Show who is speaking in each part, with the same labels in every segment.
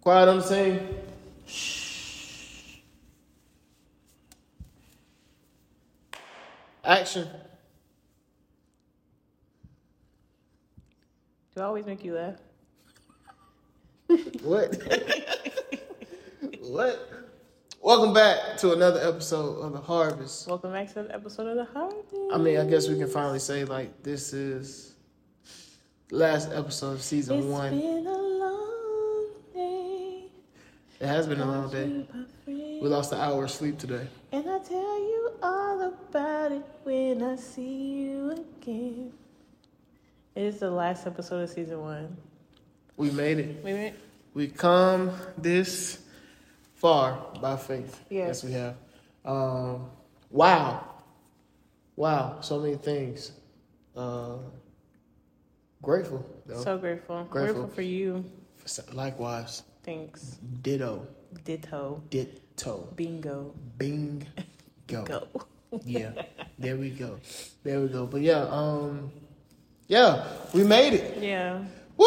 Speaker 1: Quiet on the scene. Action.
Speaker 2: Do I always make you laugh?
Speaker 1: What? what? Welcome back to another episode of The Harvest.
Speaker 2: Welcome back to the episode of the Harvey.
Speaker 1: I mean, I guess we can finally say, like, this is the last episode of season
Speaker 2: It's
Speaker 1: one.
Speaker 2: been a long day.
Speaker 1: it has been a long day.
Speaker 2: my friend.
Speaker 1: We lost an hour of sleep today.
Speaker 2: And I tell you all about it when I see you again. It is the last episode of season one.
Speaker 1: We made it.
Speaker 2: Wait a minute.
Speaker 1: We come this far by faith.
Speaker 2: Yes.
Speaker 1: yes we have. Um, wow. Wow. So many things. Uh, grateful, though.
Speaker 2: So grateful.
Speaker 1: Grateful.
Speaker 2: Grateful for you.
Speaker 1: Likewise.
Speaker 2: Thanks.
Speaker 1: Ditto.
Speaker 2: Ditto.
Speaker 1: Ditto.
Speaker 2: Bingo.
Speaker 1: Bing. Go.
Speaker 2: Go.
Speaker 1: Yeah. There we go. There we go. But yeah, um, yeah, we made it.
Speaker 2: Yeah.
Speaker 1: Woo!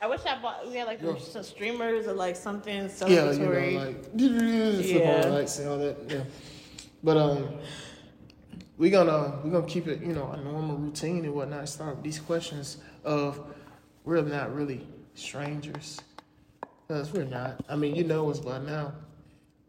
Speaker 2: I wish I bought. We had like
Speaker 1: Yeah.
Speaker 2: some streamers or like something
Speaker 1: Yeah,
Speaker 2: celebratory.
Speaker 1: you know, like flip on the
Speaker 2: Yeah.
Speaker 1: lights and all that. Yeah, but um, we gonna we gonna keep it, you know, a normal routine and whatnot. Start with these questions of we're not really strangers, cause we're not. I mean, you know us by now.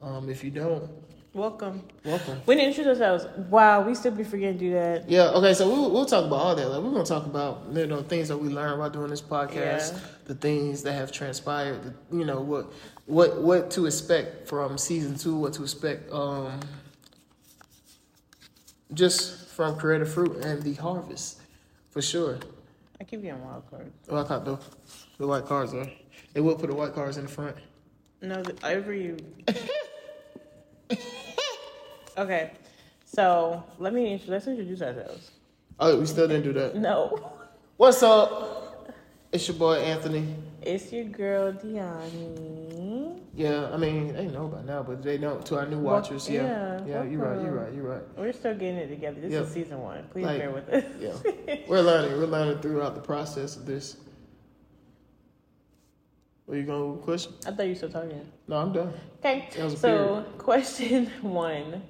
Speaker 1: Um, if you don't,
Speaker 2: Welcome.
Speaker 1: welcome.
Speaker 2: We didn't introduce ourselves. Wow, we still be forgetting to do that.
Speaker 1: Yeah. Okay. So we'll, we'll talk about all that. Like we're gonna talk about you know things that we learned while doing this podcast,
Speaker 2: Yeah.
Speaker 1: the things that have transpired. The, you know what what what to expect from season two. What to expect. Um, just from Creative Fruit and the Harvest, for sure.
Speaker 2: I keep getting wild cards.
Speaker 1: Well, I caught the the white cars though. They will put the white cars in the front.
Speaker 2: No, the, every. okay, so let me intro- let's introduce ourselves.
Speaker 1: Oh, we still didn't do that.
Speaker 2: No,
Speaker 1: What's up? It's your boy Anthony.
Speaker 2: it's your girl Deani.
Speaker 1: Yeah, I mean they know by now, but they know to our new
Speaker 2: Wel-
Speaker 1: watchers. Yeah, yeah,
Speaker 2: yeah,
Speaker 1: you're right,
Speaker 2: welcome.
Speaker 1: you're right, you're right.
Speaker 2: We're still getting it together. This
Speaker 1: Yeah.
Speaker 2: is season one. Please
Speaker 1: Like,
Speaker 2: bear with us.
Speaker 1: Yeah, we're learning. We're learning throughout the process of this. Are you going with a question?
Speaker 2: I thought you were still talking.
Speaker 1: No, I'm done.
Speaker 2: Okay,
Speaker 1: That was a
Speaker 2: so question one: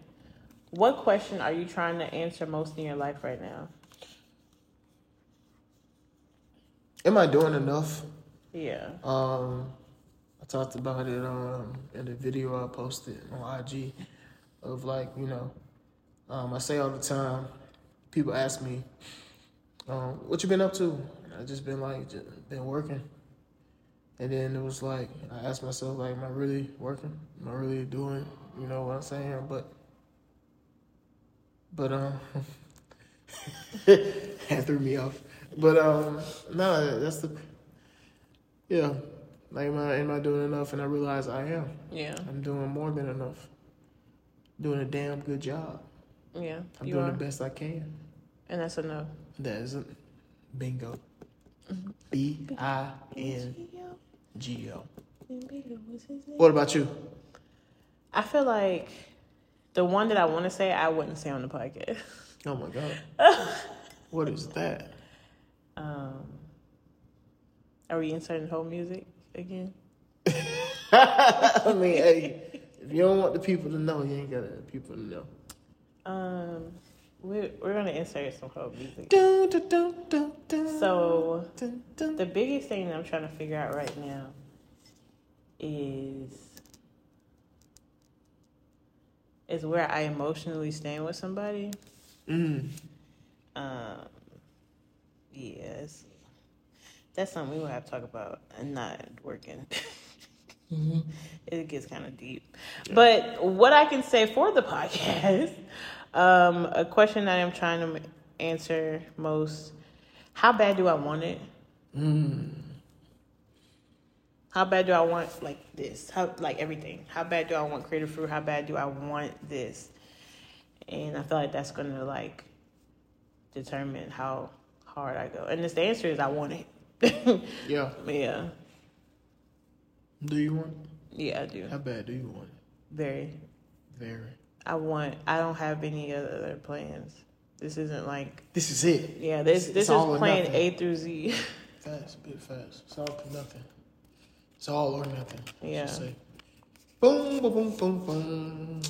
Speaker 2: What question are you trying to answer most in your life right now?
Speaker 1: Am I doing enough?
Speaker 2: Yeah.
Speaker 1: Um, I talked about it um in the video I posted on IG of like you know, um, I say all the time, people ask me, um, what you been up to? And I just been like ju- been working, and then it was like I asked myself like, am I really working? Am I really doing? You know what I'm saying? But but um, that threw me off. But um, no, that's the yeah. Like, am I, am I doing enough? And I realize I am.
Speaker 2: Yeah.
Speaker 1: I'm doing more than enough. Doing a damn good job.
Speaker 2: Yeah.
Speaker 1: I'm
Speaker 2: you
Speaker 1: doing
Speaker 2: are.
Speaker 1: the best I can.
Speaker 2: And that's a no.
Speaker 1: That isn't bingo.
Speaker 2: Mm-hmm.
Speaker 1: B I N G O. What about you?
Speaker 2: I feel like the one that I want to say, I wouldn't say on the podcast.
Speaker 1: Oh my God. what is that?
Speaker 2: Um, are we inserting whole music again?
Speaker 1: I mean, hey, if you don't want the people to know, you ain't got the people to know.
Speaker 2: Um, we're, we're going to insert some whole music.
Speaker 1: Dun, dun, dun, dun, dun,
Speaker 2: So,
Speaker 1: dun, dun.
Speaker 2: the biggest thing that I'm trying to figure out right now is is where I emotionally stand with somebody.
Speaker 1: Mm.
Speaker 2: Um, yes, that's something we will have to talk about and not working. It gets kind of deep, but what I can say for the podcast, um, a question that I'm trying to m- answer most: How bad do I want it? How bad do I want like this? How like everything? How bad do I want creative fruit? How bad do I want this? And I feel like that's gonna like determine how hard I go. And it's, the answer is I want it.
Speaker 1: Yeah.
Speaker 2: yeah,
Speaker 1: Do you want?
Speaker 2: yeah, I do.
Speaker 1: How bad do you want?
Speaker 2: Very.
Speaker 1: Very.
Speaker 2: I want. I don't have any other plans. This isn't like
Speaker 1: This is it.
Speaker 2: yeah. This
Speaker 1: It's-
Speaker 2: this
Speaker 1: it's all or
Speaker 2: is plan
Speaker 1: nothing.
Speaker 2: A through Z.
Speaker 1: Fast, bit fast. It's all for nothing. It's all or nothing. I should
Speaker 2: Yeah.
Speaker 1: say. Boom, boom, boom, boom, boom.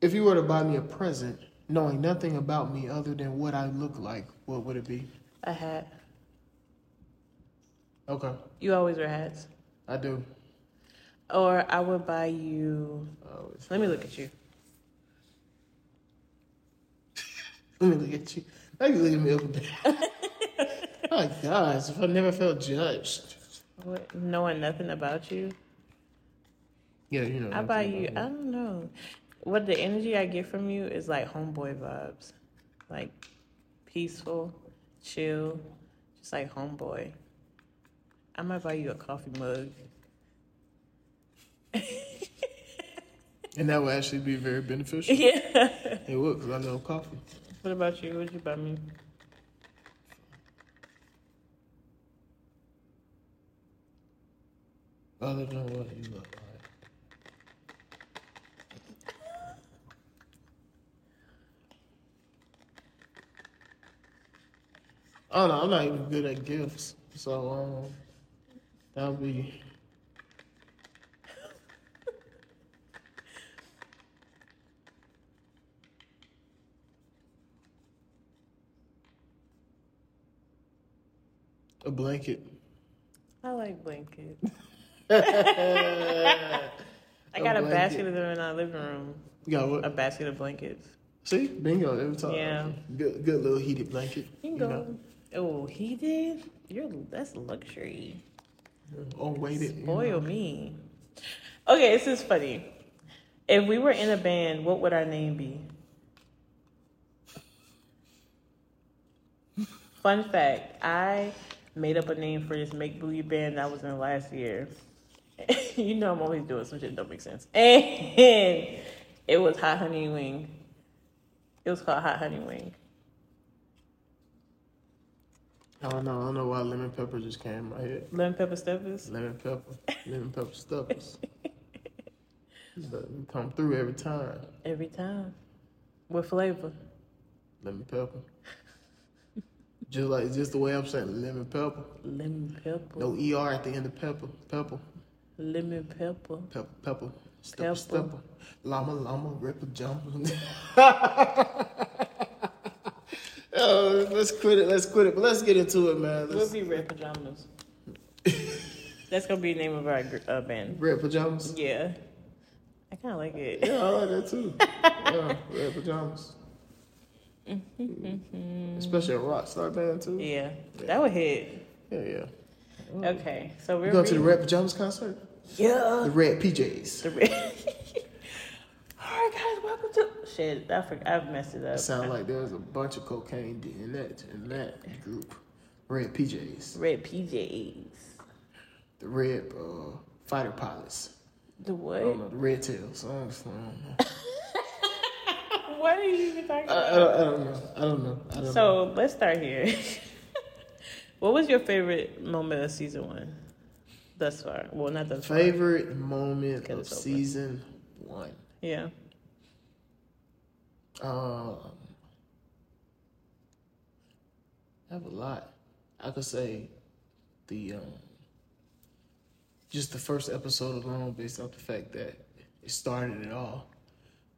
Speaker 1: If you were to buy me a present, knowing nothing about me other than what I look like, what would it be?
Speaker 2: A hat.
Speaker 1: Okay,
Speaker 2: You always wear hats.
Speaker 1: I do.
Speaker 2: Or I would buy you.
Speaker 1: Oh, it's-
Speaker 2: Let me look at you.
Speaker 1: Let me look at you. Now you looking me up and down. My gosh, if I never felt judged.
Speaker 2: What, knowing nothing about you,
Speaker 1: Yeah, you know.
Speaker 2: I buy
Speaker 1: nothing
Speaker 2: you. I
Speaker 1: about me.
Speaker 2: don't know. What the energy I get from you is like homeboy vibes, like peaceful, chill, just like homeboy. I might buy you a coffee mug.
Speaker 1: And that would actually be very beneficial.
Speaker 2: Yeah.
Speaker 1: it would, because I love coffee.
Speaker 2: what about you? Would you buy me?
Speaker 1: Other than what you look like. I don't know, Oh, I'm not even good at gifts. So um that would be a blanket.
Speaker 2: I like blankets. I
Speaker 1: A
Speaker 2: got a
Speaker 1: blanket.
Speaker 2: basket of them in our living room.
Speaker 1: You got what?
Speaker 2: A basket of blankets.
Speaker 1: See, bingo every time.
Speaker 2: Yeah.
Speaker 1: Good, good little heated blanket. you
Speaker 2: Bingo.
Speaker 1: know.
Speaker 2: Oh, he did. You're that's luxury.
Speaker 1: Or weighted. you know.
Speaker 2: Spoil me. Okay, this is funny. If we were in a band, what would our name be? Fun fact: I made up a name for this make believe band I was in last year. you know I'm always doing some shit that don't make sense. And it was Hot Honey Wing. It was called Hot Honey Wing.
Speaker 1: I don't know. I don't know why lemon pepper just came in my head.
Speaker 2: Lemon Pepper Steppers.
Speaker 1: Lemon pepper, lemon pepper stuffers. But you come through every time.
Speaker 2: Every time. With flavor.
Speaker 1: Lemon pepper. Just like just the way I'm saying lemon pepper.
Speaker 2: Lemon pepper.
Speaker 1: No er at the end of pepper. Pepper.
Speaker 2: Lemon pepper.
Speaker 1: Pepper. Pepper. Stepper.
Speaker 2: Pepper.
Speaker 1: Stepper. Llama. Llama. Ripper. Jumper. Oh, let's quit it. Let's quit it. But let's get into it, man.
Speaker 2: We'll
Speaker 1: Let's,
Speaker 2: be red pajamas. That's gonna be the name of our gr- uh, band.
Speaker 1: red pajamas.
Speaker 2: Yeah. I kind of like it.
Speaker 1: Yeah, I like that too. yeah, red pajamas. Especially a rock star band too. Mm-hmm. Yeah,
Speaker 2: Yeah. That would hit.
Speaker 1: yeah.
Speaker 2: Okay. So we're
Speaker 1: Mm. You going to the
Speaker 2: re-
Speaker 1: red pajamas concert?
Speaker 2: Yeah.
Speaker 1: The red PJs.
Speaker 2: The red. All right, guys. Welcome to. Shit. I forgot. I've messed it up.
Speaker 1: It sounds like there's a bunch of cocaine in that in that group. Red PJs.
Speaker 2: Red PJs.
Speaker 1: The red uh, fighter pilots.
Speaker 2: The what?
Speaker 1: I don't know. The red tails. I don't, I don't know.
Speaker 2: What are you even talking
Speaker 1: I,
Speaker 2: about?
Speaker 1: I don't- I don't know. I don't know. Uh, I don't know.
Speaker 2: So let's start here. what was your favorite moment of season one thus far? Well, not thus far.
Speaker 1: Favorite moment
Speaker 2: Get
Speaker 1: of
Speaker 2: us over.
Speaker 1: season one.
Speaker 2: Yeah.
Speaker 1: Um, I have a lot. I could say the um, just the first episode alone, based off the fact that it started it all.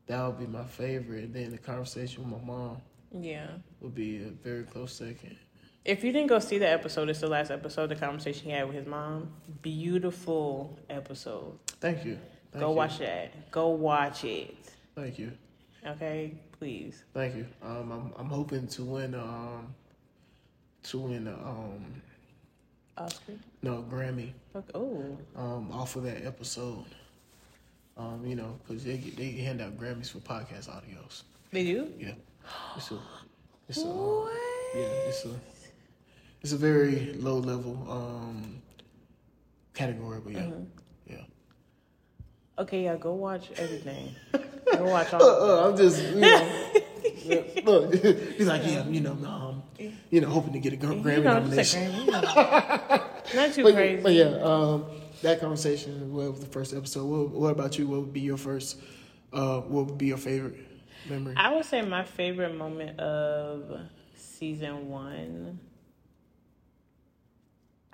Speaker 1: That would be my favorite. And then the conversation with my mom
Speaker 2: Yeah.
Speaker 1: would be a very close second.
Speaker 2: If you didn't go see the episode, it's the last episode, the conversation he had with his mom. Beautiful episode.
Speaker 1: Thank you. Thank
Speaker 2: go
Speaker 1: you.
Speaker 2: watch that. Go watch it.
Speaker 1: Thank you.
Speaker 2: Okay? Please.
Speaker 1: Thank you. Um, I'm I'm hoping to win um to win um
Speaker 2: Oscar.
Speaker 1: no Grammy.
Speaker 2: Fuck- Oh.
Speaker 1: um, off of that episode. Um, you know, because they get- they hand out Grammys for podcast audios.
Speaker 2: They do?
Speaker 1: Yeah, it's a, it's a, um,
Speaker 2: What?
Speaker 1: yeah, it's a, it's a very low level um category, but yeah,
Speaker 2: Mm-hmm.
Speaker 1: yeah.
Speaker 2: Okay, yeah, go watch everything. go watch all
Speaker 1: Uh, uh, I'm just, you know, yeah, look, he's like, yeah, you know, um, you know, hoping to get a gr- Grammy
Speaker 2: you know, just
Speaker 1: nomination.
Speaker 2: like, Grammy. Not too
Speaker 1: but,
Speaker 2: crazy.
Speaker 1: but yeah, um, that conversation was the first episode. What, what about you? What would be your first? Uh, what would be your favorite memory?
Speaker 2: I would say my favorite moment of season one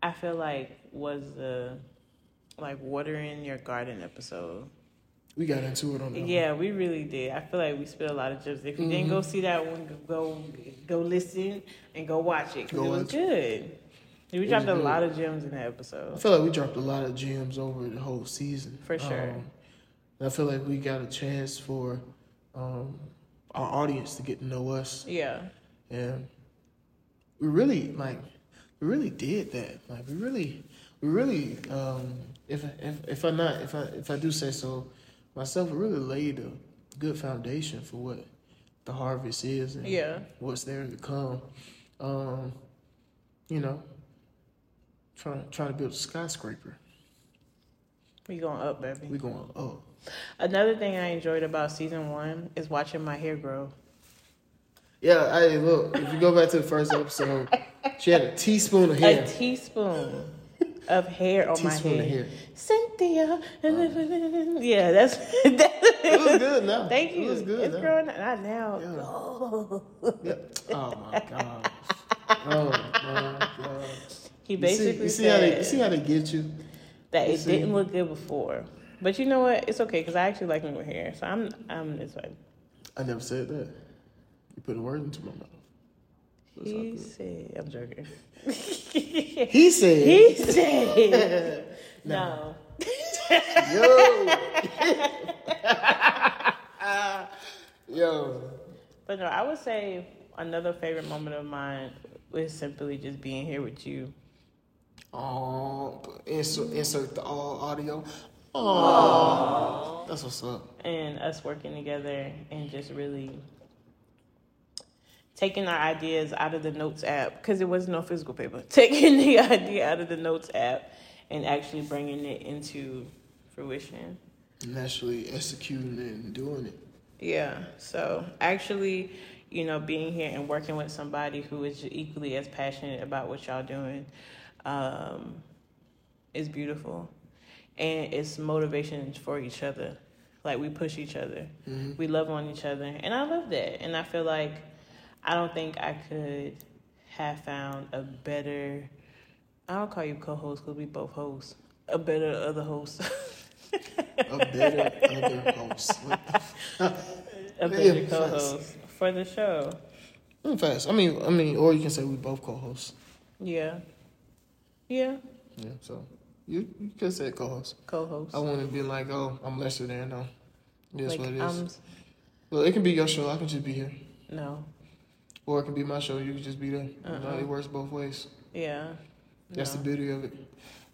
Speaker 2: I feel like was the like watering your garden episode.
Speaker 1: We got into it on the
Speaker 2: Yeah, we really did. I feel like we spilled a lot of gems. If you didn't
Speaker 1: Mm-hmm.
Speaker 2: go see that one, go go listen and go watch it because
Speaker 1: Go
Speaker 2: it was
Speaker 1: watch
Speaker 2: good. We dropped a lot of gems in that episode.
Speaker 1: I feel like we dropped a lot of gems over the whole season.
Speaker 2: For sure.
Speaker 1: Um, and I feel like we got a chance for um, our audience to get to know us,
Speaker 2: Yeah,
Speaker 1: and we really like we really did that. Like we really, we really. Um, if if if I not if I if I do say so myself, we really laid a good foundation for what the harvest is and
Speaker 2: yeah,
Speaker 1: what's there to come. Um, you know, trying trying to build a skyscraper.
Speaker 2: we going up, baby.
Speaker 1: We going up.
Speaker 2: Another thing I enjoyed about season one is watching my hair grow.
Speaker 1: Yeah, I look. If you go back to the first episode, she had a teaspoon of hair.
Speaker 2: A teaspoon of hair on my
Speaker 1: Teaspoon
Speaker 2: head.
Speaker 1: of hair.
Speaker 2: Cynthia. yeah, that's,
Speaker 1: It
Speaker 2: that's
Speaker 1: was good now.
Speaker 2: Thank you.
Speaker 1: It was good.
Speaker 2: it's
Speaker 1: now.
Speaker 2: growing out now.
Speaker 1: Yeah.
Speaker 2: Oh.
Speaker 1: Yeah. Oh my god. Oh my god.
Speaker 2: He
Speaker 1: You see,
Speaker 2: basically
Speaker 1: you see how
Speaker 2: said
Speaker 1: they you see how they get you.
Speaker 2: that
Speaker 1: you
Speaker 2: it
Speaker 1: see-
Speaker 2: didn't look good before. But you know what? It's okay because I actually like when we're here. So I'm I'm this way.
Speaker 1: I never said that. You put a word into my mouth. That's all
Speaker 2: He
Speaker 1: good.
Speaker 2: said, I'm joking.
Speaker 1: He said,
Speaker 2: he said, no.
Speaker 1: "Yo, yo,
Speaker 2: But no, I would say another favorite moment of mine was simply just being here with you.
Speaker 1: oh, insert, insert the all audio. Oh, that's what's up."
Speaker 2: and us working together and just really taking our ideas out of the notes app because it was no physical paper taking the idea out of the notes app and actually bringing it into fruition
Speaker 1: and actually executing it and doing it.
Speaker 2: yeah so actually you know being here and working with somebody who is equally as passionate about what y'all doing um, is beautiful and it's motivation for each other like we push each other
Speaker 1: Mm-hmm.
Speaker 2: we love on each other and i love that and i feel like i don't think i could have found a better i don't call you co-host because we both hosts a better other host
Speaker 1: A better other host. What the f-
Speaker 2: a
Speaker 1: Yeah,
Speaker 2: better
Speaker 1: facts.
Speaker 2: co-host for the show
Speaker 1: In fact, I mean, I mean, or you can say we both co-hosts.
Speaker 2: yeah yeah
Speaker 1: Yeah. So you you could say co-host.
Speaker 2: co-host
Speaker 1: I wouldn't be like, oh, I'm lesser than no. It is
Speaker 2: like um,
Speaker 1: what it is.
Speaker 2: i'm
Speaker 1: well, it can be your show. I can just be here,
Speaker 2: no
Speaker 1: or it can be my show. You can just be there. You know,
Speaker 2: Uh-uh.
Speaker 1: it works both ways.
Speaker 2: yeah
Speaker 1: That's
Speaker 2: No.
Speaker 1: the beauty of it.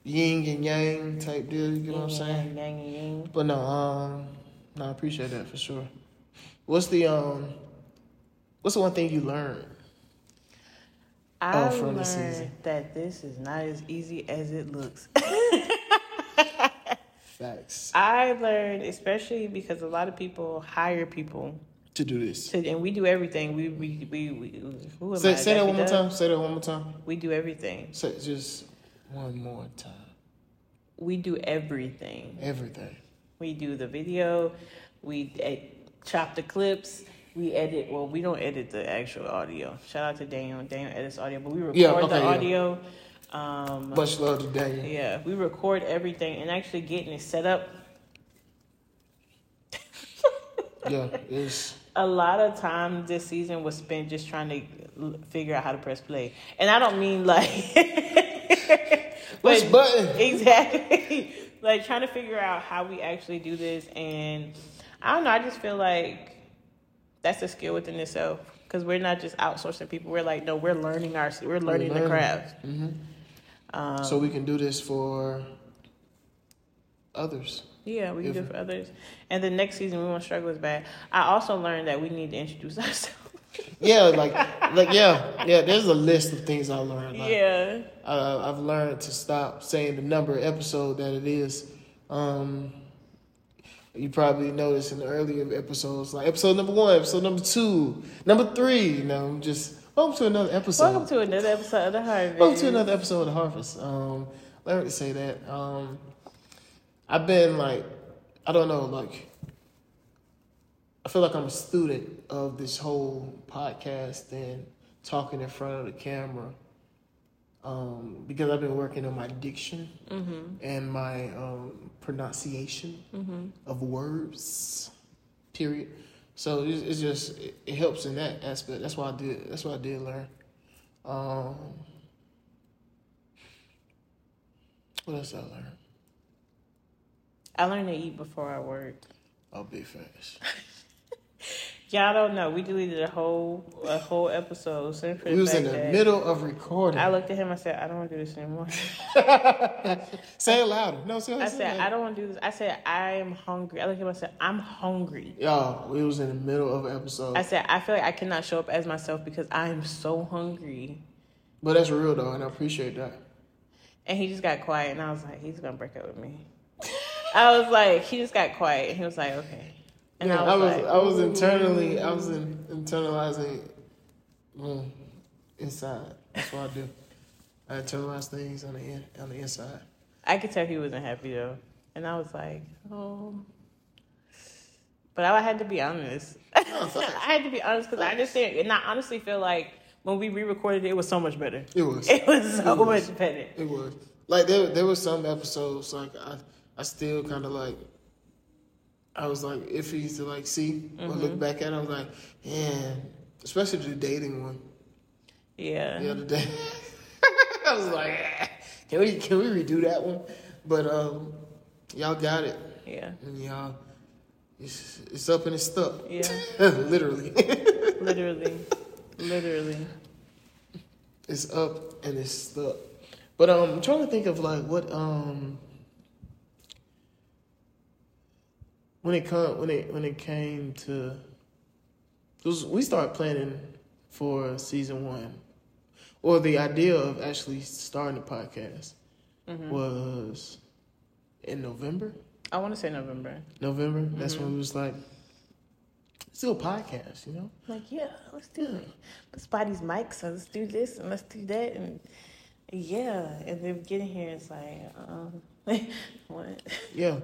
Speaker 1: Yin and yang type deal. You know what I'm
Speaker 2: Yin,
Speaker 1: saying?
Speaker 2: yang, yang, yang.
Speaker 1: But no, um, no, I appreciate that for sure. What's the um, what's the one thing you learned?
Speaker 2: I
Speaker 1: Oh, from the
Speaker 2: learned
Speaker 1: season.
Speaker 2: that this is not as easy as it looks.
Speaker 1: Facts.
Speaker 2: I learned, especially because a lot of people hire people,
Speaker 1: To do this.
Speaker 2: to, and we do everything. We we we, we who am I?
Speaker 1: Say, say that
Speaker 2: Daffy
Speaker 1: one more
Speaker 2: Duck?
Speaker 1: time. Say that one more time.
Speaker 2: We do everything.
Speaker 1: Say just one more time.
Speaker 2: We do everything.
Speaker 1: Everything.
Speaker 2: We do the video. We ed- chop the clips. We edit. Well, we don't edit the actual audio. Shout out to Daniel. Daniel edits audio, but we record
Speaker 1: Yeah, okay,
Speaker 2: the
Speaker 1: yeah.
Speaker 2: audio. Um,
Speaker 1: Much love to Daniel.
Speaker 2: Yeah, we record everything and actually getting it set up.
Speaker 1: Yeah, it's
Speaker 2: A lot of time this season was spent just trying to l- figure out how to press play, and I don't mean like
Speaker 1: which button?
Speaker 2: exactly like trying to figure out how we actually do this. And I don't know. I just feel like that's a skill within itself because we're not just outsourcing people. We're like, no, we're learning our we're learning, the
Speaker 1: learning.
Speaker 2: craft. Um,
Speaker 1: So we can do this for others.
Speaker 2: Yeah, we can do
Speaker 1: If-
Speaker 2: it for others. And the next season, we won't struggle as bad. I also learned that we need to introduce ourselves.
Speaker 1: Yeah, like like yeah, yeah. There's a list of things I learned. Like,
Speaker 2: yeah,
Speaker 1: uh, I've learned to stop saying the number of episode that it is. Um, you probably noticed in the earlier episodes, like episode number one, episode number two, number three. You know, I'm just welcome to another episode.
Speaker 2: welcome to another episode of the Harvest.
Speaker 1: Welcome to another episode of the Harvest. Um, learned to say that. Um, I've been like, I don't know, like, I feel like I'm a student of this whole podcast and talking in front of the camera. um, because I've been working on my diction and my um, pronunciation of words. Period. So it's, it's just it, it helps in that aspect. That's why I did. That's why I did learn. Um, what else I learned?
Speaker 2: I learned to eat before I work.
Speaker 1: Oh, big facts.
Speaker 2: Y'all don't know. We deleted a whole a whole episode. Simply for
Speaker 1: We was in
Speaker 2: fact
Speaker 1: the
Speaker 2: that
Speaker 1: middle of recording.
Speaker 2: I looked at him. I said, I don't want to do this anymore.
Speaker 1: say it louder. No, say,
Speaker 2: I
Speaker 1: say
Speaker 2: said,
Speaker 1: it
Speaker 2: I
Speaker 1: louder.
Speaker 2: don't want to do this. I said, I am hungry. I looked at him. I said, I'm hungry.
Speaker 1: Y'all, we was in the middle of an episode.
Speaker 2: I said, I feel like I cannot show up as myself because I am so hungry.
Speaker 1: but that's real though, and I appreciate that.
Speaker 2: And he just got quiet, and I was like, he's gonna break up with me. I was like, he just got quiet, and he was like, okay. And
Speaker 1: yeah,
Speaker 2: I was, like,
Speaker 1: I was internally I was in, internalizing mm, inside. That's what I do. I internalize things on the in, on the inside.
Speaker 2: I could tell he wasn't happy though, and I was like, oh. But I had to be honest. I had to be honest because I understand, and I honestly feel like when we re-recorded it, it was so much better.
Speaker 1: It was.
Speaker 2: It was so
Speaker 1: It was.
Speaker 2: much better.
Speaker 1: It was like there. There were some episodes like I, I still kind of like. I was like iffy to like see or look back at. I was like, yeah, especially the dating one
Speaker 2: Yeah.
Speaker 1: the other day. I was like, "Ah, can we can we redo that one? But um, y'all got it,
Speaker 2: Yeah.
Speaker 1: and y'all, it's, it's up and it's stuck.
Speaker 2: Yeah.
Speaker 1: literally,
Speaker 2: Literally. Literally.
Speaker 1: it's up and it's stuck. But um, I'm trying to think of like what um. when it come when it when it came to 'cause we started planning for season one or the idea of actually starting the podcast was in november
Speaker 2: I want to say November.
Speaker 1: november that's when we was like still podcast you know
Speaker 2: Like, yeah, let's do it. Let's buy these mics and let's do this and let's do that and yeah. And then getting here is like, um, what?
Speaker 1: yeah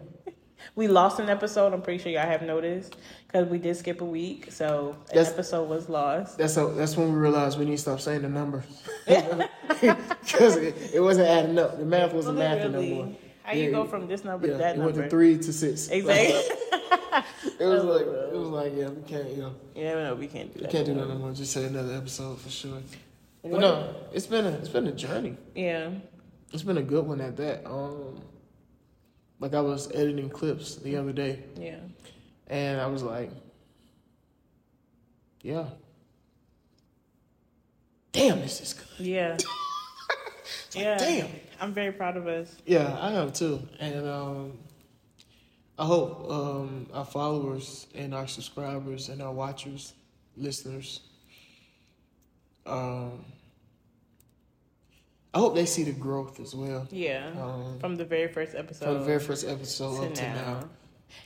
Speaker 2: We lost an episode. I'm pretty sure y'all have noticed because we did skip a week, so an
Speaker 1: That's-
Speaker 2: episode was lost.
Speaker 1: that's how, that's when we realized we need to stop saying the number because it, it wasn't adding up the math wasn't mathing no
Speaker 2: Literally.
Speaker 1: more
Speaker 2: How
Speaker 1: Yeah,
Speaker 2: you go
Speaker 1: it-
Speaker 2: from this number
Speaker 1: yeah,
Speaker 2: to that
Speaker 1: it went
Speaker 2: number?
Speaker 1: to three to six
Speaker 2: Exactly. Oh,
Speaker 1: It was like it was like yeah we can't you know
Speaker 2: yeah, no, we can't do
Speaker 1: we
Speaker 2: that.
Speaker 1: can't do that no more. Just say another episode for sure. But
Speaker 2: What-
Speaker 1: no, it's been a it's been a journey.
Speaker 2: Yeah.
Speaker 1: It's been a good one at that. Um, like I was editing clips the other day,
Speaker 2: Yeah.
Speaker 1: and I was like, yeah, damn, this is good.
Speaker 2: Yeah. yeah.
Speaker 1: Damn.
Speaker 2: I'm very proud of us.
Speaker 1: Yeah, I am too, and um, I hope um, our followers and our subscribers and our watchers, listeners, um, I hope they see the growth as well
Speaker 2: Yeah.
Speaker 1: um,
Speaker 2: From the very first episode.
Speaker 1: from the very first episode up
Speaker 2: to
Speaker 1: to
Speaker 2: now.
Speaker 1: now.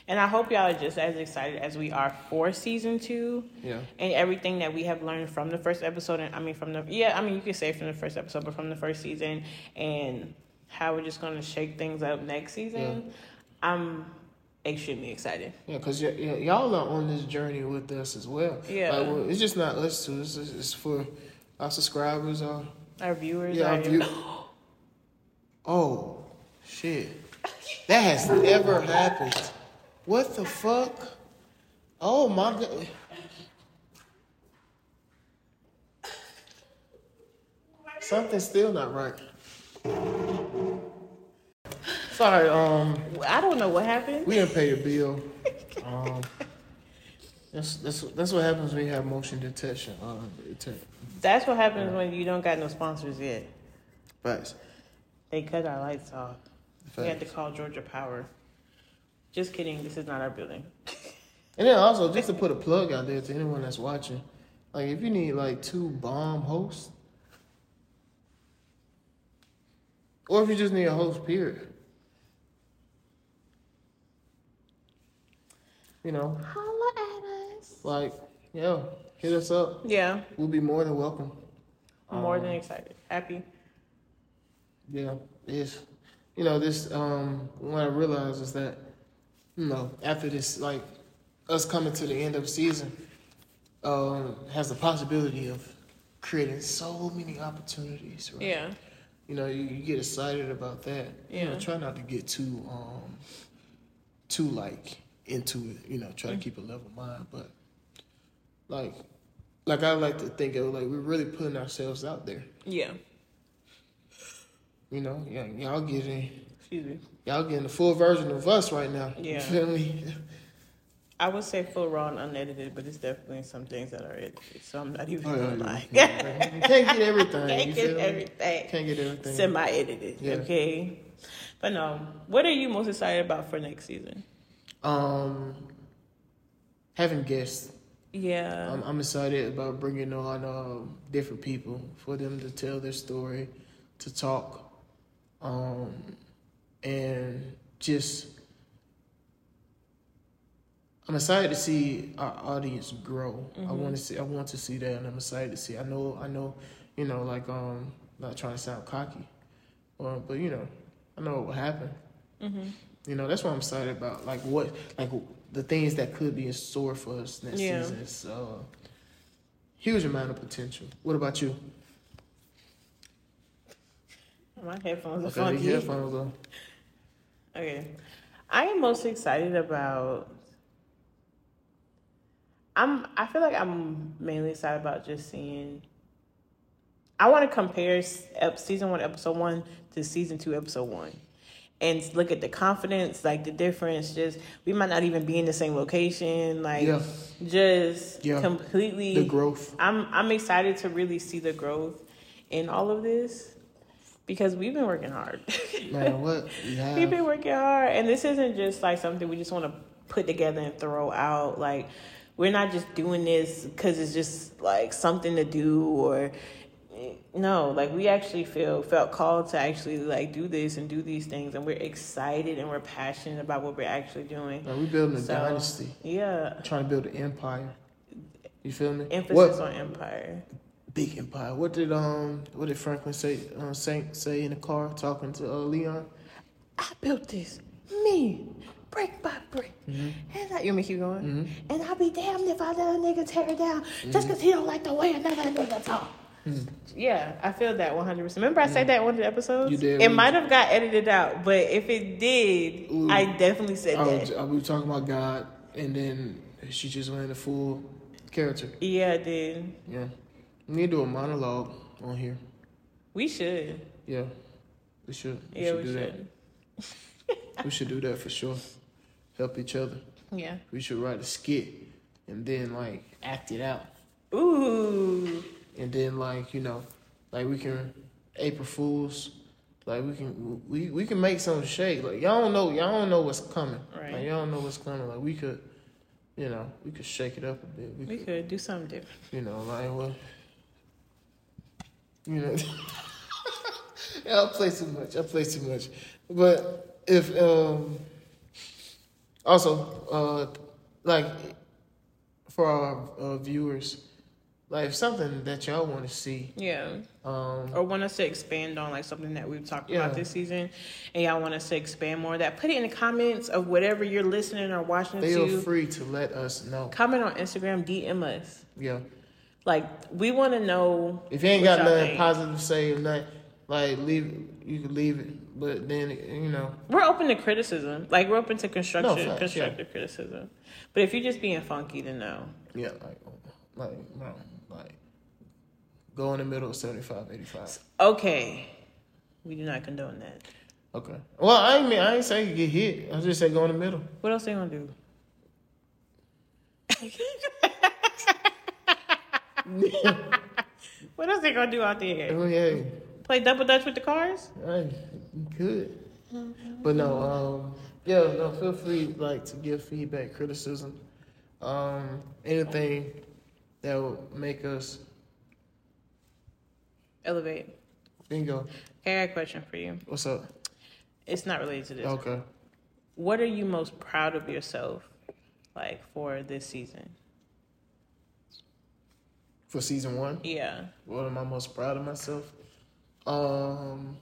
Speaker 2: And I hope y'all are just as excited as we are for season two
Speaker 1: Yeah,
Speaker 2: and everything that we have learned from the first episode. And I mean, from the, yeah, I mean, you could say from the first episode, but from the first season and how we're just going to shake things up next season. I'm extremely excited.
Speaker 1: yeah, because y- y- y'all are on this journey with us as well.
Speaker 2: Yeah.
Speaker 1: like, well, it's just not us two. It's, it's it's for our subscribers. Our
Speaker 2: Our viewers
Speaker 1: yeah,
Speaker 2: are.
Speaker 1: our view- Oh, shit. That has never happened. What the fuck? Oh my god. Something's still not right. Sorry, um,
Speaker 2: I don't know what happened.
Speaker 1: we didn't pay the bill. Um, that's, that's, that's what happens when you have motion detection. Uh, detect.
Speaker 2: That's what happens when you don't got no sponsors yet.
Speaker 1: Facts.
Speaker 2: They cut our lights off. We had to
Speaker 1: Facts.
Speaker 2: call Georgia Power. Just kidding. This is not our building.
Speaker 1: And then also just to put a plug out there to anyone that's watching, like if you need like two bomb hosts, or if you just need a host period, you know,
Speaker 2: Holla at us.
Speaker 1: like yeah, hit us up.
Speaker 2: Yeah.
Speaker 1: We'll be more than welcome.
Speaker 2: More
Speaker 1: Um,
Speaker 2: than excited. Happy.
Speaker 1: Yeah, it's you know this. Um, what I realized is that you know after this, like us coming to the end of the season, um, has the possibility of creating so many opportunities. Right?
Speaker 2: Yeah.
Speaker 1: you know, you, you get excited about that. You
Speaker 2: Yeah.
Speaker 1: know, try not to get too um too like into it, you know, try
Speaker 2: Mm-hmm.
Speaker 1: to keep a level mind, but like like I like to think of like we're really putting ourselves out there.
Speaker 2: Yeah.
Speaker 1: You know, yeah, y'all getting
Speaker 2: Excuse me.
Speaker 1: y'all getting the full version of us right now. You
Speaker 2: Yeah.
Speaker 1: feel me?
Speaker 2: I would say full raw and unedited, but it's definitely some things that are edited, so I'm not even
Speaker 1: Oh, yeah,
Speaker 2: gonna lie.
Speaker 1: yeah. You can't get everything.
Speaker 2: Can't
Speaker 1: you
Speaker 2: get
Speaker 1: feel me?
Speaker 2: everything.
Speaker 1: Can't get everything.
Speaker 2: Semi edited,
Speaker 1: Yeah.
Speaker 2: okay? But no, what are you most excited about for next season?
Speaker 1: Um, having guests,
Speaker 2: Yeah.
Speaker 1: I'm, I'm excited about bringing on um, different people for them to tell their story, to talk, um, and just. I'm excited to see our audience grow. I want to see. I want to see that, and I'm excited to see. I know. I know. You know, like um, not trying to sound cocky, or but you know, I know what will happen.
Speaker 2: hmm
Speaker 1: You know, that's what I'm excited about. Like what, like the things that could be in store for us next
Speaker 2: Yeah.
Speaker 1: season. It's uh, huge amount of potential. What about you?
Speaker 2: My headphones are
Speaker 1: Okay, your
Speaker 2: funky.
Speaker 1: headphones on.
Speaker 2: Okay. I am most excited about I'm I feel like I'm mainly excited about just seeing I want to compare s- ep- season 1 episode 1 to season 2 episode 1 and look at the confidence like the difference just we might not even be in the same location like
Speaker 1: Yeah.
Speaker 2: just
Speaker 1: Yeah.
Speaker 2: completely
Speaker 1: The growth.
Speaker 2: I'm I'm excited to really see the growth in all of this because we've been working hard.
Speaker 1: Man, what? Yeah.
Speaker 2: We've been working hard, and this isn't just like something we just want to put together and throw out. Like, we're not just doing this because it's just like something to do or no. Like, we actually feel felt called to actually like do this and do these things, and we're excited and we're passionate about what we're actually doing.
Speaker 1: Like, we building a
Speaker 2: So-
Speaker 1: dynasty.
Speaker 2: Yeah,
Speaker 1: Trying to build an empire. You feel me?
Speaker 2: emphasis
Speaker 1: What
Speaker 2: on empire.
Speaker 1: big empire? What did um what did Franklin say uh, Saint say in the car talking to uh, Leon?
Speaker 2: I built this, me, brick by brick. And I, you want me to keep going? And I'll be damned if I let a nigga tear it down just because he don't like the way another nigga talk. Mm-hmm. Yeah, I feel that 100%. Remember I said that in one of the episodes?
Speaker 1: You did.
Speaker 2: It might have got edited out, but if it did,
Speaker 1: Ooh. Oh,
Speaker 2: I definitely said
Speaker 1: I
Speaker 2: that.
Speaker 1: was, I was uh, talking about God, and then she just went into full character.
Speaker 2: yeah, I did.
Speaker 1: Yeah. We need to do a monologue on here.
Speaker 2: We should.
Speaker 1: Yeah. We should. We
Speaker 2: yeah,
Speaker 1: should
Speaker 2: we
Speaker 1: do
Speaker 2: should.
Speaker 1: that. we should do that for sure. Help each other.
Speaker 2: Yeah.
Speaker 1: We should write a skit and then like act it out.
Speaker 2: Ooh.
Speaker 1: And then like, you know, like we can April Fools. Like we can we we can make some shake. Like y'all don't know y'all don't know what's coming.
Speaker 2: Right.
Speaker 1: Like y'all don't know what's coming. Like we could you know, we could shake it up a bit. We,
Speaker 2: We
Speaker 1: could,
Speaker 2: could do something different.
Speaker 1: you know, like what you know Yeah, I play too much. I play too much. But if um also uh like for our uh, viewers, like something that y'all want to see,
Speaker 2: Yeah.
Speaker 1: um
Speaker 2: or want us to expand on like something that we've talked
Speaker 1: Yeah.
Speaker 2: about this season and y'all want us to expand more of that put it in the comments of whatever you're listening or watching
Speaker 1: feel
Speaker 2: to
Speaker 1: free to let us know.
Speaker 2: comment on instagram dm us
Speaker 1: Yeah,
Speaker 2: like we want to know
Speaker 1: if you ain't got
Speaker 2: What y'all
Speaker 1: nothing
Speaker 2: think?
Speaker 1: positive to say or nothing, like leave you can leave it, but then you know
Speaker 2: we're open to criticism like we're open to construction
Speaker 1: No, facts,
Speaker 2: constructive criticism but if you're just being funky to know
Speaker 1: yeah like like no like go in the middle of 75, 85.
Speaker 2: okay we do not condone that
Speaker 1: Okay. Well, I ain't mean I ain't say you get hit. I just say go in the middle.
Speaker 2: what else they gonna do what else they gonna do out there
Speaker 1: Oh yeah.
Speaker 2: play double dutch with the cars
Speaker 1: Hey, you could. But no, um, yeah, no, feel free like to give feedback, criticism, um, anything that will make us
Speaker 2: elevate
Speaker 1: bingo.
Speaker 2: Okay, I got a question for you.
Speaker 1: What's up?
Speaker 2: It's not related to this.
Speaker 1: Okay.
Speaker 2: What are you most proud of yourself, like for this season?
Speaker 1: For season one,
Speaker 2: Yeah.
Speaker 1: what am I most proud of myself? Um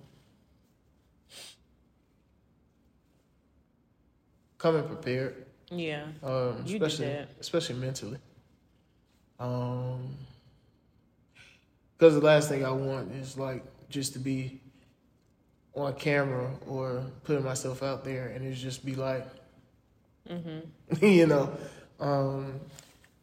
Speaker 1: coming prepared.
Speaker 2: Yeah.
Speaker 1: Um,
Speaker 2: You did
Speaker 1: especially,
Speaker 2: that.
Speaker 1: especially mentally. Um, because the last thing I want is like just to be on camera or putting myself out there, and it's just be like, mm-hmm. you know, um,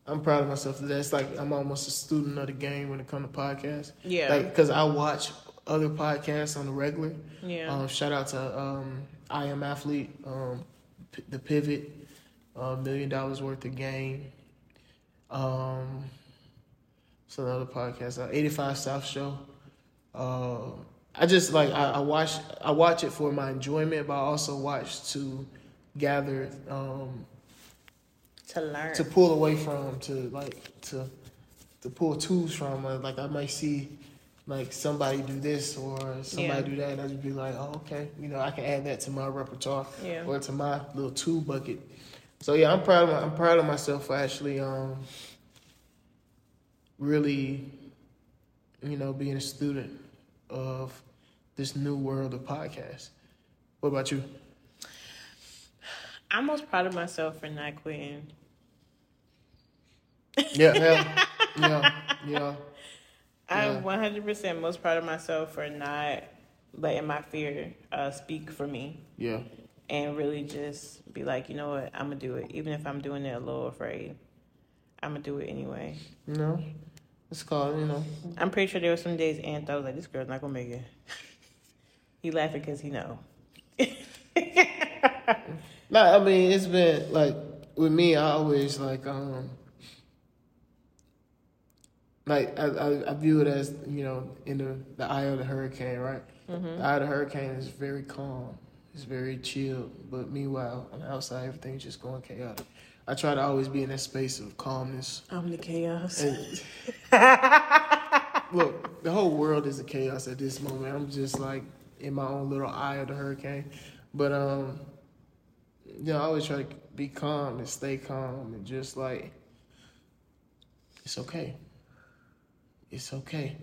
Speaker 1: I'm proud of myself today. It's like I'm almost a student of the game when it comes to podcasts.
Speaker 2: Yeah.
Speaker 1: Like, because I watch other podcasts on the regular.
Speaker 2: Yeah.
Speaker 1: Um, shout out to um, I Am Athlete, um, P- The Pivot, uh, Million Dollars Worth of Game. Um, it's another podcast, uh, 85 South Show. Uh, I just like I, I watch I watch it for my enjoyment, but I also watch to gather um,
Speaker 2: to learn.
Speaker 1: to pull away from to like to to pull tools from uh, like I might see like somebody do this or somebody
Speaker 2: Yeah.
Speaker 1: do that and I just be like oh okay you know I can add that to my repertoire
Speaker 2: Yeah.
Speaker 1: or to my little tool bucket so yeah I'm proud of my, I'm proud of myself for actually um really you know being a student of this new world of podcasts what about you
Speaker 2: I'm most proud of myself for not quitting.
Speaker 1: yeah yeah yeah yeah Yeah.
Speaker 2: I'm 100% most proud of myself for not letting my fear uh, speak for me
Speaker 1: yeah
Speaker 2: and really just be like, you know what, I'm going to do it. Even if I'm doing it a little afraid, I'm going to do it anyway.
Speaker 1: you know it's called you know
Speaker 2: I'm pretty sure there were some days Anth, I was like, this girl's not going to make it. he laughing because he know.
Speaker 1: No, I mean it's been like with me. I always like um like I, I, I view it as you know in the the eye of the hurricane, right? The eye of the hurricane is very calm, it's very chill, but meanwhile on the outside everything's just going chaotic. I try to always be in that space of calmness.
Speaker 2: I'm the chaos.
Speaker 1: And look, the whole world is a chaos at this moment. I'm just like in my own little eye of the hurricane, but um you know, I always try to be calm and stay calm and just like, it's okay. It's okay.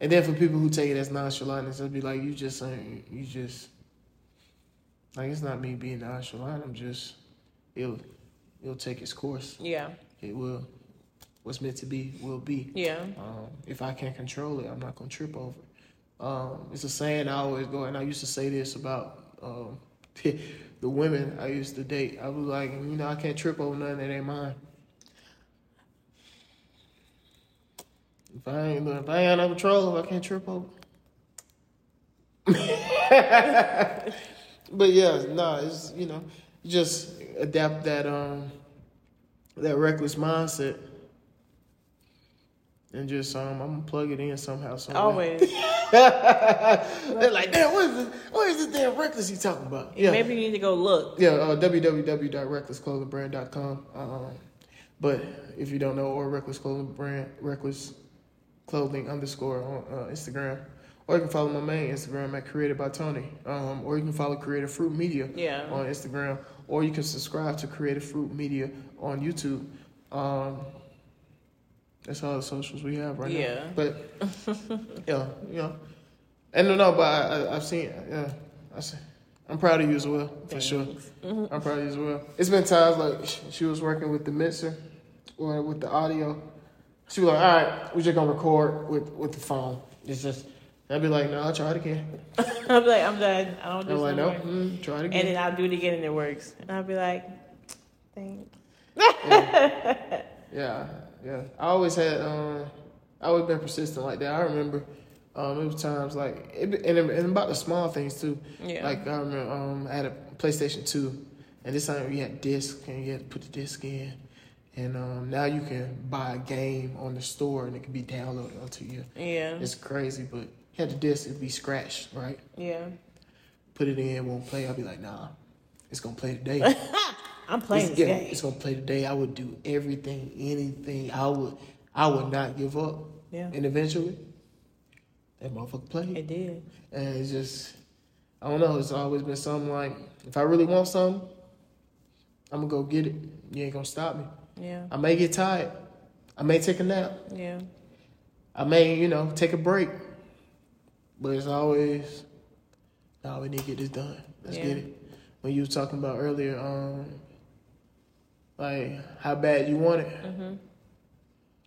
Speaker 1: And then for people who take it as nonchalantness, I'd be like, you just saying, you just, like, it's not me being nonchalant. I'm just, it'll, it'll take its course.
Speaker 2: Yeah,
Speaker 1: It will. What's meant to be will be.
Speaker 2: yeah,
Speaker 1: Um, if I can't control it, I'm not gonna trip over. it. Um, it's a saying I always go, and I used to say this about um, the women I used to date. I was like, you know, I can't trip over nothing that ain't mine. If I ain't, if I ain't under control, I can't trip over. but yeah, no, it's you know, just adapt that um that reckless mindset. And just um, I'm gonna plug it in somehow. Somehow.
Speaker 2: always.
Speaker 1: They're like, damn, what is this? What is this damn reckless you talking about? Yeah,
Speaker 2: Maybe you need to go look.
Speaker 1: yeah. Uh, www.recklessclothingbrand.com. Um, but if you don't know, or reckless clothing brand, reckless clothing underscore on uh, Instagram, or you can follow my main Instagram at created by Tony. Um, or you can follow Creative Fruit Media
Speaker 2: Yeah.
Speaker 1: on Instagram, or you can subscribe to Creative Fruit Media on YouTube. Um, that's all the socials we have right
Speaker 2: Yeah.
Speaker 1: now. But yeah, you know, and no, no, but I, I, I've seen. Yeah, I see. I'm proud of you as well, for sure. I'm proud of you as well. It's been times like sh- she was working with the mixer or with the audio. She was like, "All right, we're just gonna record with with the phone." It's just. I'd be like, no, I'll try it again.
Speaker 2: I'm like, I'm done. I don't do
Speaker 1: I'm like, Oh, no,
Speaker 2: no.
Speaker 1: mm, try it again.
Speaker 2: And then I'll do it again and it works. And I'll be like, thanks.
Speaker 1: Yeah, yeah. I always had, um, I always been persistent like that. I remember, um, it was times like, it, be- and, and about the small things too.
Speaker 2: Yeah.
Speaker 1: Like I remember, um, I had a PlayStation Two, and this time we had disc, and you had to put the disc in, and um, now you can buy a game on the store, and it can be downloaded onto you.
Speaker 2: Yeah.
Speaker 1: It's crazy, but you had the disc, it'd be scratched, right?
Speaker 2: Yeah.
Speaker 1: Put it in, won't play. I'd be like, nah, it's gonna play today.
Speaker 2: I'm playing
Speaker 1: It's-
Speaker 2: this
Speaker 1: yeah,
Speaker 2: game.
Speaker 1: It's gonna play today. I would do everything, anything. I would, I would not give up.
Speaker 2: Yeah.
Speaker 1: And eventually, that motherfucker played.
Speaker 2: It did.
Speaker 1: And it's just, I don't know. It's always been something like, if I really want something, I'm gonna go get it. You ain't gonna stop me.
Speaker 2: Yeah.
Speaker 1: I may get tired. I may take a nap.
Speaker 2: Yeah.
Speaker 1: I may, you know, take a break. But it's always, nah, we need to get this done. Let's
Speaker 2: Yeah.
Speaker 1: get it. When you was talking about earlier, um, like how bad you want it.
Speaker 2: Mm-hmm.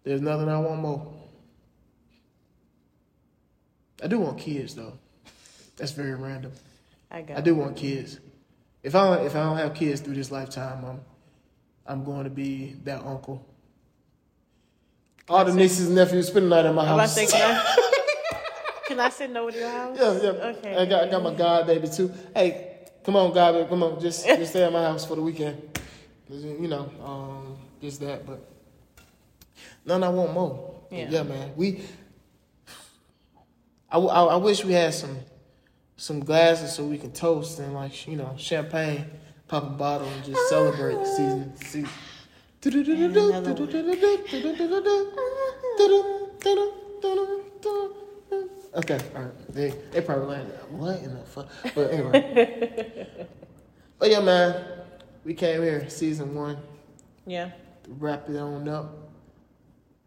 Speaker 1: There's nothing I want more. I do want kids though. That's very random.
Speaker 2: I got.
Speaker 1: I do want kids. If I don't- if I don't have kids through this lifetime, I'm I'm going to be that uncle. All the nieces and nephews spend the night at my
Speaker 2: Oh, I
Speaker 1: house.
Speaker 2: think. Can I, can I sit over to your house?
Speaker 1: Yeah, yeah.
Speaker 2: Okay.
Speaker 1: I got I got my god baby too. Hey, come on, god baby, come on, just just stay at my house for the weekend. You know, um, just that. But none. I want more.
Speaker 2: Yeah.
Speaker 1: yeah, man. We. I, w- I- I wish we had some some glasses so we can toast and like you know champagne, pop a bottle and just celebrate the season. season. Okay, all right. They, they probably landed. What in the fuck? But anyway. but yeah, man. We came here, season one.
Speaker 2: Yeah.
Speaker 1: Wrap it on up.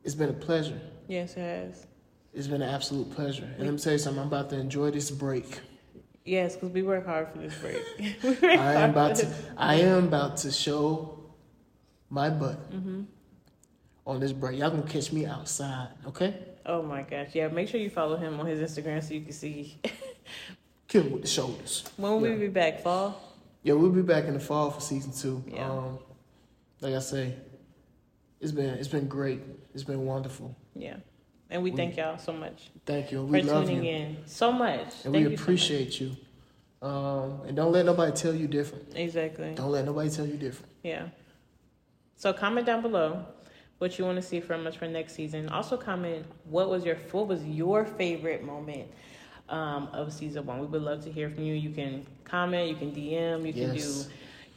Speaker 1: It's been a pleasure.
Speaker 2: Yes, it has.
Speaker 1: It's been an absolute pleasure. And let me tell you something. I'm about to enjoy this break.
Speaker 2: Yes, because we work hard for this break.
Speaker 1: I am about to. I am about to show my butt
Speaker 2: Mm-hmm.
Speaker 1: on this break. Y'all gonna catch me outside, okay?
Speaker 2: Oh my gosh. Yeah, make sure you follow him on his Instagram so you can see.
Speaker 1: Kill with the shoulders.
Speaker 2: when will
Speaker 1: Yeah.
Speaker 2: we be back? Fall?
Speaker 1: Yeah, we'll be back in the fall for season two.
Speaker 2: Yeah.
Speaker 1: Um, like I say, it's been it's been great. It's been wonderful.
Speaker 2: Yeah. And we
Speaker 1: We-
Speaker 2: thank y'all so much
Speaker 1: Thank you. and We
Speaker 2: for
Speaker 1: love
Speaker 2: tuning
Speaker 1: you,
Speaker 2: in so much.
Speaker 1: and
Speaker 2: Thank you so
Speaker 1: we
Speaker 2: much.
Speaker 1: appreciate you. Um, and don't let nobody tell you different.
Speaker 2: Exactly.
Speaker 1: Don't let nobody tell you different.
Speaker 2: Yeah. So comment down below what you want to see from us for next season. Also comment what was your what was your favorite moment um, of season one. We would love to hear from you. You can comment, you can DM, you can
Speaker 1: Yes.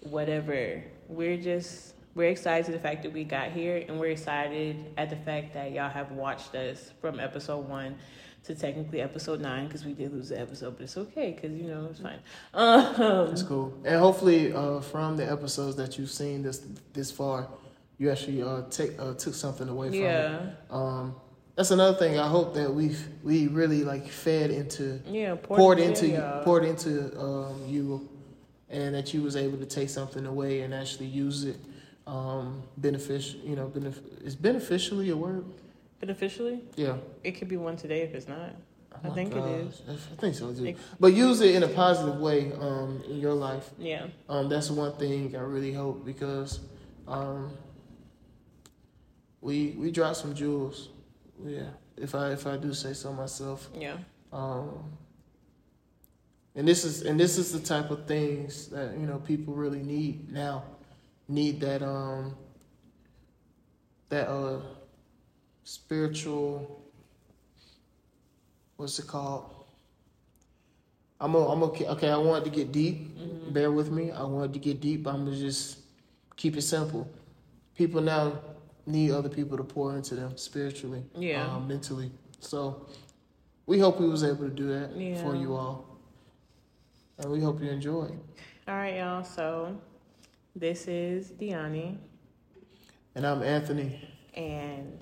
Speaker 2: do whatever. We're just we're excited the fact that we got here and we're excited at the fact that y'all have watched us from episode one to technically episode nine because we did lose the episode, but it's okay because you know it's fine. Um,
Speaker 1: That's cool. And hopefully, uh, from the episodes that you've seen this this far, you actually uh, take uh, took something away from it.
Speaker 2: yeah,
Speaker 1: Um, that's another thing. I hope that we have we really like fed into
Speaker 2: yeah,
Speaker 1: poured into you,
Speaker 2: y'all.
Speaker 1: poured into um, you, and that you was able to take something away and actually use it. Um, beneficial, you know, benef- is beneficially a word?
Speaker 2: But officially,
Speaker 1: Yeah,
Speaker 2: it could be one today if it's not.
Speaker 1: Oh
Speaker 2: I
Speaker 1: my
Speaker 2: think it
Speaker 1: gosh. I think so too.
Speaker 2: It-
Speaker 1: But use it in a positive way um, in your life.
Speaker 2: Yeah.
Speaker 1: Um, that's one thing I really hope because um, we we dropped some jewels. Yeah, if I if I do say so myself.
Speaker 2: Yeah.
Speaker 1: Um, and this is and this is the type of things that you know people really need now. Need that um that uh spiritual what's it called? I'm a, I'm okay. Okay, I wanted to get deep.
Speaker 2: Mm-hmm.
Speaker 1: Bear with me. I wanted to get deep. I'm gonna just keep it simple. People now need other people to pour into them spiritually,
Speaker 2: Yeah.
Speaker 1: um, mentally. So we hope we was able to do that
Speaker 2: Yeah.
Speaker 1: for you all, and we hope you enjoyed.
Speaker 2: All right, y'all. So this is Deani,
Speaker 1: And I'm Anthony.
Speaker 2: and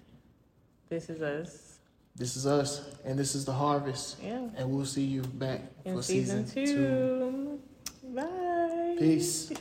Speaker 2: this is us.
Speaker 1: This is us, and this is the harvest.
Speaker 2: Yeah.
Speaker 1: And we'll see you back
Speaker 2: In
Speaker 1: for
Speaker 2: season, two. Bye.
Speaker 1: Peace.